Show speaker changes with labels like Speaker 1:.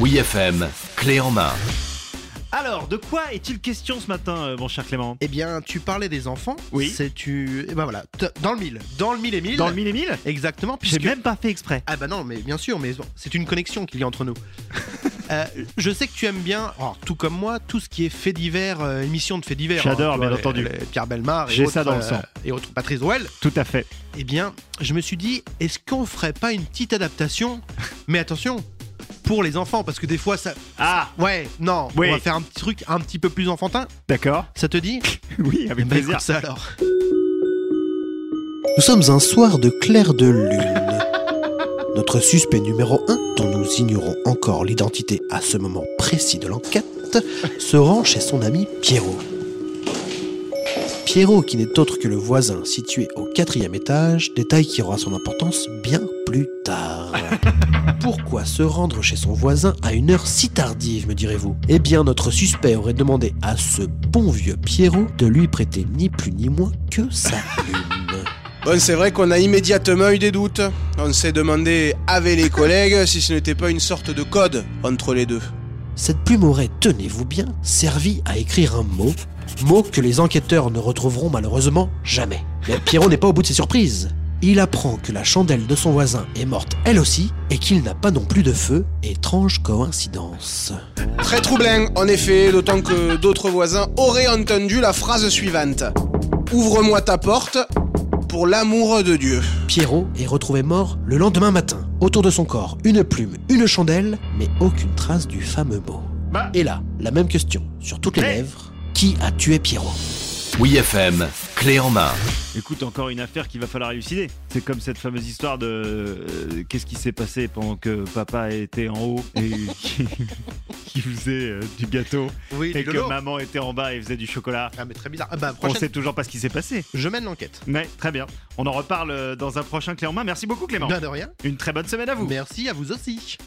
Speaker 1: Oui FM, clé en main.
Speaker 2: Alors, de quoi est-il question ce matin, euh, mon cher Clément
Speaker 3: Eh bien, tu parlais des enfants.
Speaker 2: Oui.
Speaker 3: C'est tu. Eh ben voilà, t- dans le mille. Dans le mille et mille.
Speaker 2: Dans le mille et mille
Speaker 3: Exactement.
Speaker 2: J'ai
Speaker 3: Puisque.
Speaker 2: même pas fait exprès.
Speaker 3: Ah bah non, mais bien sûr, mais bon, c'est une connexion qu'il y a entre nous. Euh, je sais que tu aimes bien, alors, tout comme moi, tout ce qui est fait divers, euh, émission de fait divers. hein,
Speaker 2: J'adore,
Speaker 3: tu vois,
Speaker 2: bien
Speaker 3: les-
Speaker 2: entendu.
Speaker 3: les Pierre Belmar et
Speaker 2: J'ai
Speaker 3: autres, euh,
Speaker 2: ça dans le sang.
Speaker 3: Et autres Patrice Ouel.
Speaker 2: Tout à fait.
Speaker 3: Eh bien, je me suis dit, est-ce qu'on ferait pas une petite adaptation Mais attention, pour les enfants, parce que des fois ça.
Speaker 2: Ah,
Speaker 3: Ouais, non,
Speaker 2: Oui.
Speaker 3: on va faire un petit truc un petit peu plus enfantin.
Speaker 2: d'accord. Eh ben,
Speaker 3: Ça te dit
Speaker 2: Oui, avec
Speaker 3: Bah,
Speaker 2: plaisir.
Speaker 3: écoute ça alors. Nous sommes un soir de clair de lune. Notre suspect numéro 1, dont nous ignorons encore l'identité à ce moment précis de l'enquête, se rend chez son ami Pierrot. Pierrot, qui n'est autre que le voisin situé au quatrième étage, détail qui aura son importance bien plus tard. Pourquoi se rendre chez son voisin à une heure si tardive, me direz-vous Eh bien, notre suspect aurait demandé à ce bon vieux Pierrot de lui prêter ni plus ni moins que sa plume.
Speaker 4: Bon, c'est vrai qu'on a immédiatement eu des doutes. On s'est demandé avec les collègues si ce n'était pas une sorte de code entre les deux.
Speaker 3: Cette plume aurait, tenez-vous bien, servi à écrire un mot, mot que les enquêteurs ne retrouveront malheureusement jamais. Mais Pierrot n'est pas au bout de ses surprises. Il apprend que la chandelle de son voisin est morte elle aussi et qu'il n'a pas non plus de feu, étrange coïncidence.
Speaker 4: Très troublant, en effet, d'autant que d'autres voisins auraient entendu la phrase suivante. Ouvre-moi ta porte pour l'amour de Dieu.
Speaker 3: Pierrot est retrouvé mort le lendemain matin. Autour de son corps, une plume, une chandelle, mais aucune trace du fameux mot.
Speaker 2: Bah.
Speaker 3: Et là, la même question sur toutes les
Speaker 2: Mais-
Speaker 3: lèvres. Qui a tué Pierrot
Speaker 1: Oui FM, clé en main.
Speaker 2: Écoute, encore une affaire qu'il va falloir élucider. C'est comme cette fameuse histoire de euh, qu'est-ce qui s'est passé pendant que papa était en haut et qui, qui faisait euh, du gâteau
Speaker 3: Oui,
Speaker 2: et que maman était en bas et faisait du chocolat.
Speaker 3: Ah mais très bizarre. Ah bah
Speaker 2: On sait toujours pas ce qui s'est passé.
Speaker 3: je mène l'enquête.
Speaker 2: Mais très bien. On en reparle euh, dans un prochain clé en main. Merci beaucoup Clément.
Speaker 3: de rien.
Speaker 2: Une très bonne semaine à vous.
Speaker 3: Merci à vous aussi.